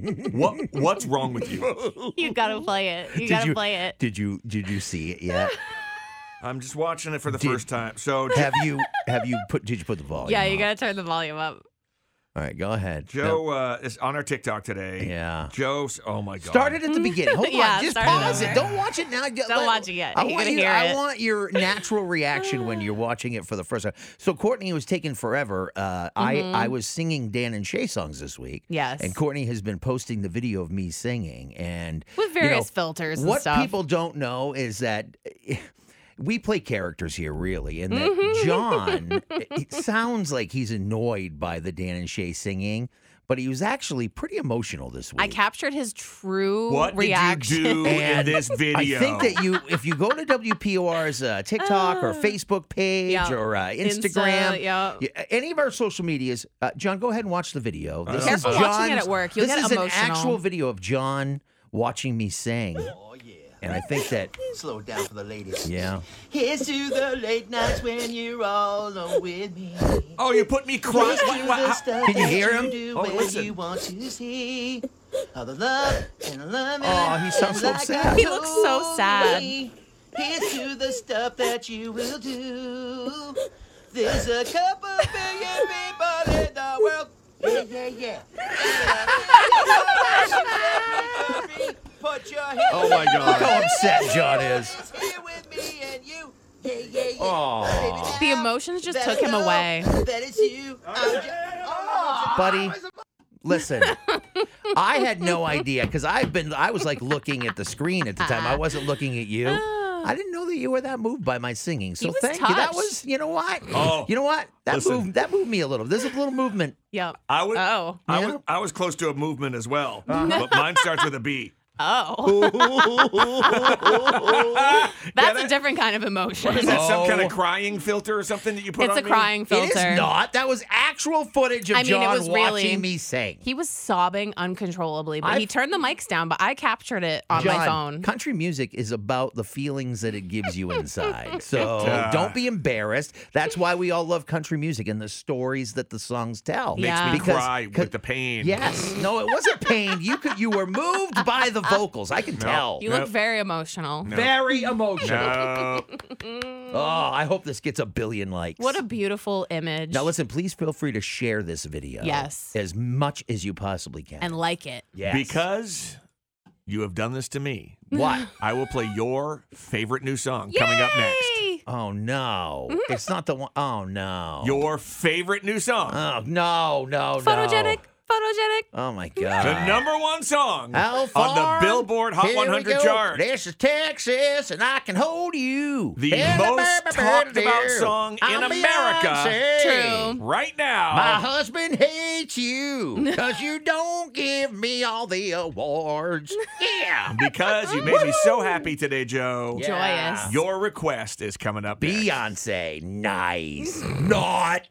what what's wrong with you? You gotta play it. You Mm-hmm. Did gotta you- play it. Did you did you see it yet? I'm just watching it for the Did- first time. So have you have you put did you put the volume? Yeah, you up? gotta turn the volume up. All right, go ahead. Joe uh, is on our TikTok today. Yeah. Joe, oh my No. god. Start it at the beginning. Hold Yeah, on, just start it pause over. it. Don't watch it now. Don't watch it yet. I You're want gonna you. hear I it. want your natural reaction when you're watching it for the first time. So Courtney was taken forever. Uh, I I was singing Dan and Shay songs this week. Mm-hmm. Yes. And Courtney has been posting the video of me singing and With you know, various filters and What stuff. people don't know is that. eh, We play characters here, really, and that Mm-hmm. John it sounds like he's annoyed by the Dan and Shay singing, but he was actually pretty emotional this week. I captured his true What reaction. did you do in And this video? I think that you, if you go to WPOR's uh, TikTok or Facebook page Yeah. or uh, Insta, Instagram, yeah. y- any of our social medias, uh, John, go ahead and watch the video. This is Careful watching it at John's- work. You'll this get is an emotional. actual video of John watching me sing, Oh yeah. and I think that Slow it down for the ladies. yeah. Here's to the late nights when you're all alone with me. oh, you put me crying. Here's to the stuff Can you that hear him? do Oh, when listen. you want to see. All the love and the love Aw, Oh, he sounds so and like sad. I He looks so sad. told me, Here's to the stuff that you will do. There's a couple billion people in the world. Yeah, yeah, yeah. Put your hands oh my Look god. how upset John is. here with me and you. Yeah, yeah, yeah. Oh. The emotions just took him away. That is you. I'm just- Oh. buddy. Listen, I had no idea because I've been, I was like looking at the screen at the time. Uh-huh. I wasn't looking at you. I didn't know that you were that moved by my singing. Oh. So was thank you. That touched. was, you know what? Oh, you know what? That listen. moved, that moved me a little. There's a little movement. Yep. I was, Oh. I Yeah. was I was close to a movement as well, but mine starts with a B. Oh. That's a that- different kind of emotion. Is that some kind Oh. of crying filter or something that you put It's on a me? crying filter. It is not. That was actual footage of I mean, it John was watching really- me sing. He was sobbing uncontrollably, but I- he turned the mics down, but I captured it on John, my phone. Country music is about the feelings that it gives you inside. So Uh, don't be embarrassed. That's why we all love country music and the stories that the songs tell. Makes me Makes me Because- cry because- with the pain. Yes. No, it wasn't pain. You could you were moved by the vocals. I can tell. You Nope. look very emotional. Very No. emotional. Oh, I hope this gets a billion likes. What a beautiful image. Now listen, please feel free to share this video. Yes. As much as you possibly can. and like it. yes. Because you have done this to me, what? I will play your favorite new song coming up next. Yay! Oh no. it's not the one Oh no. Your favorite new song. Oh no, no, Photogenic. no. Photogenic. Oh my the god. number one song How on far? the Billboard Hot Here we 100 go. chart. This is Texas, and I can hold you. The Hey, most baby, talked baby, about song in I'm America. Beyonce. True. Right now. My husband hates you because you don't give me all the awards. Yeah. because you made me so happy today, Joe. Yeah. Joyous. Your request is coming up. next. Beyonce, nice. Not.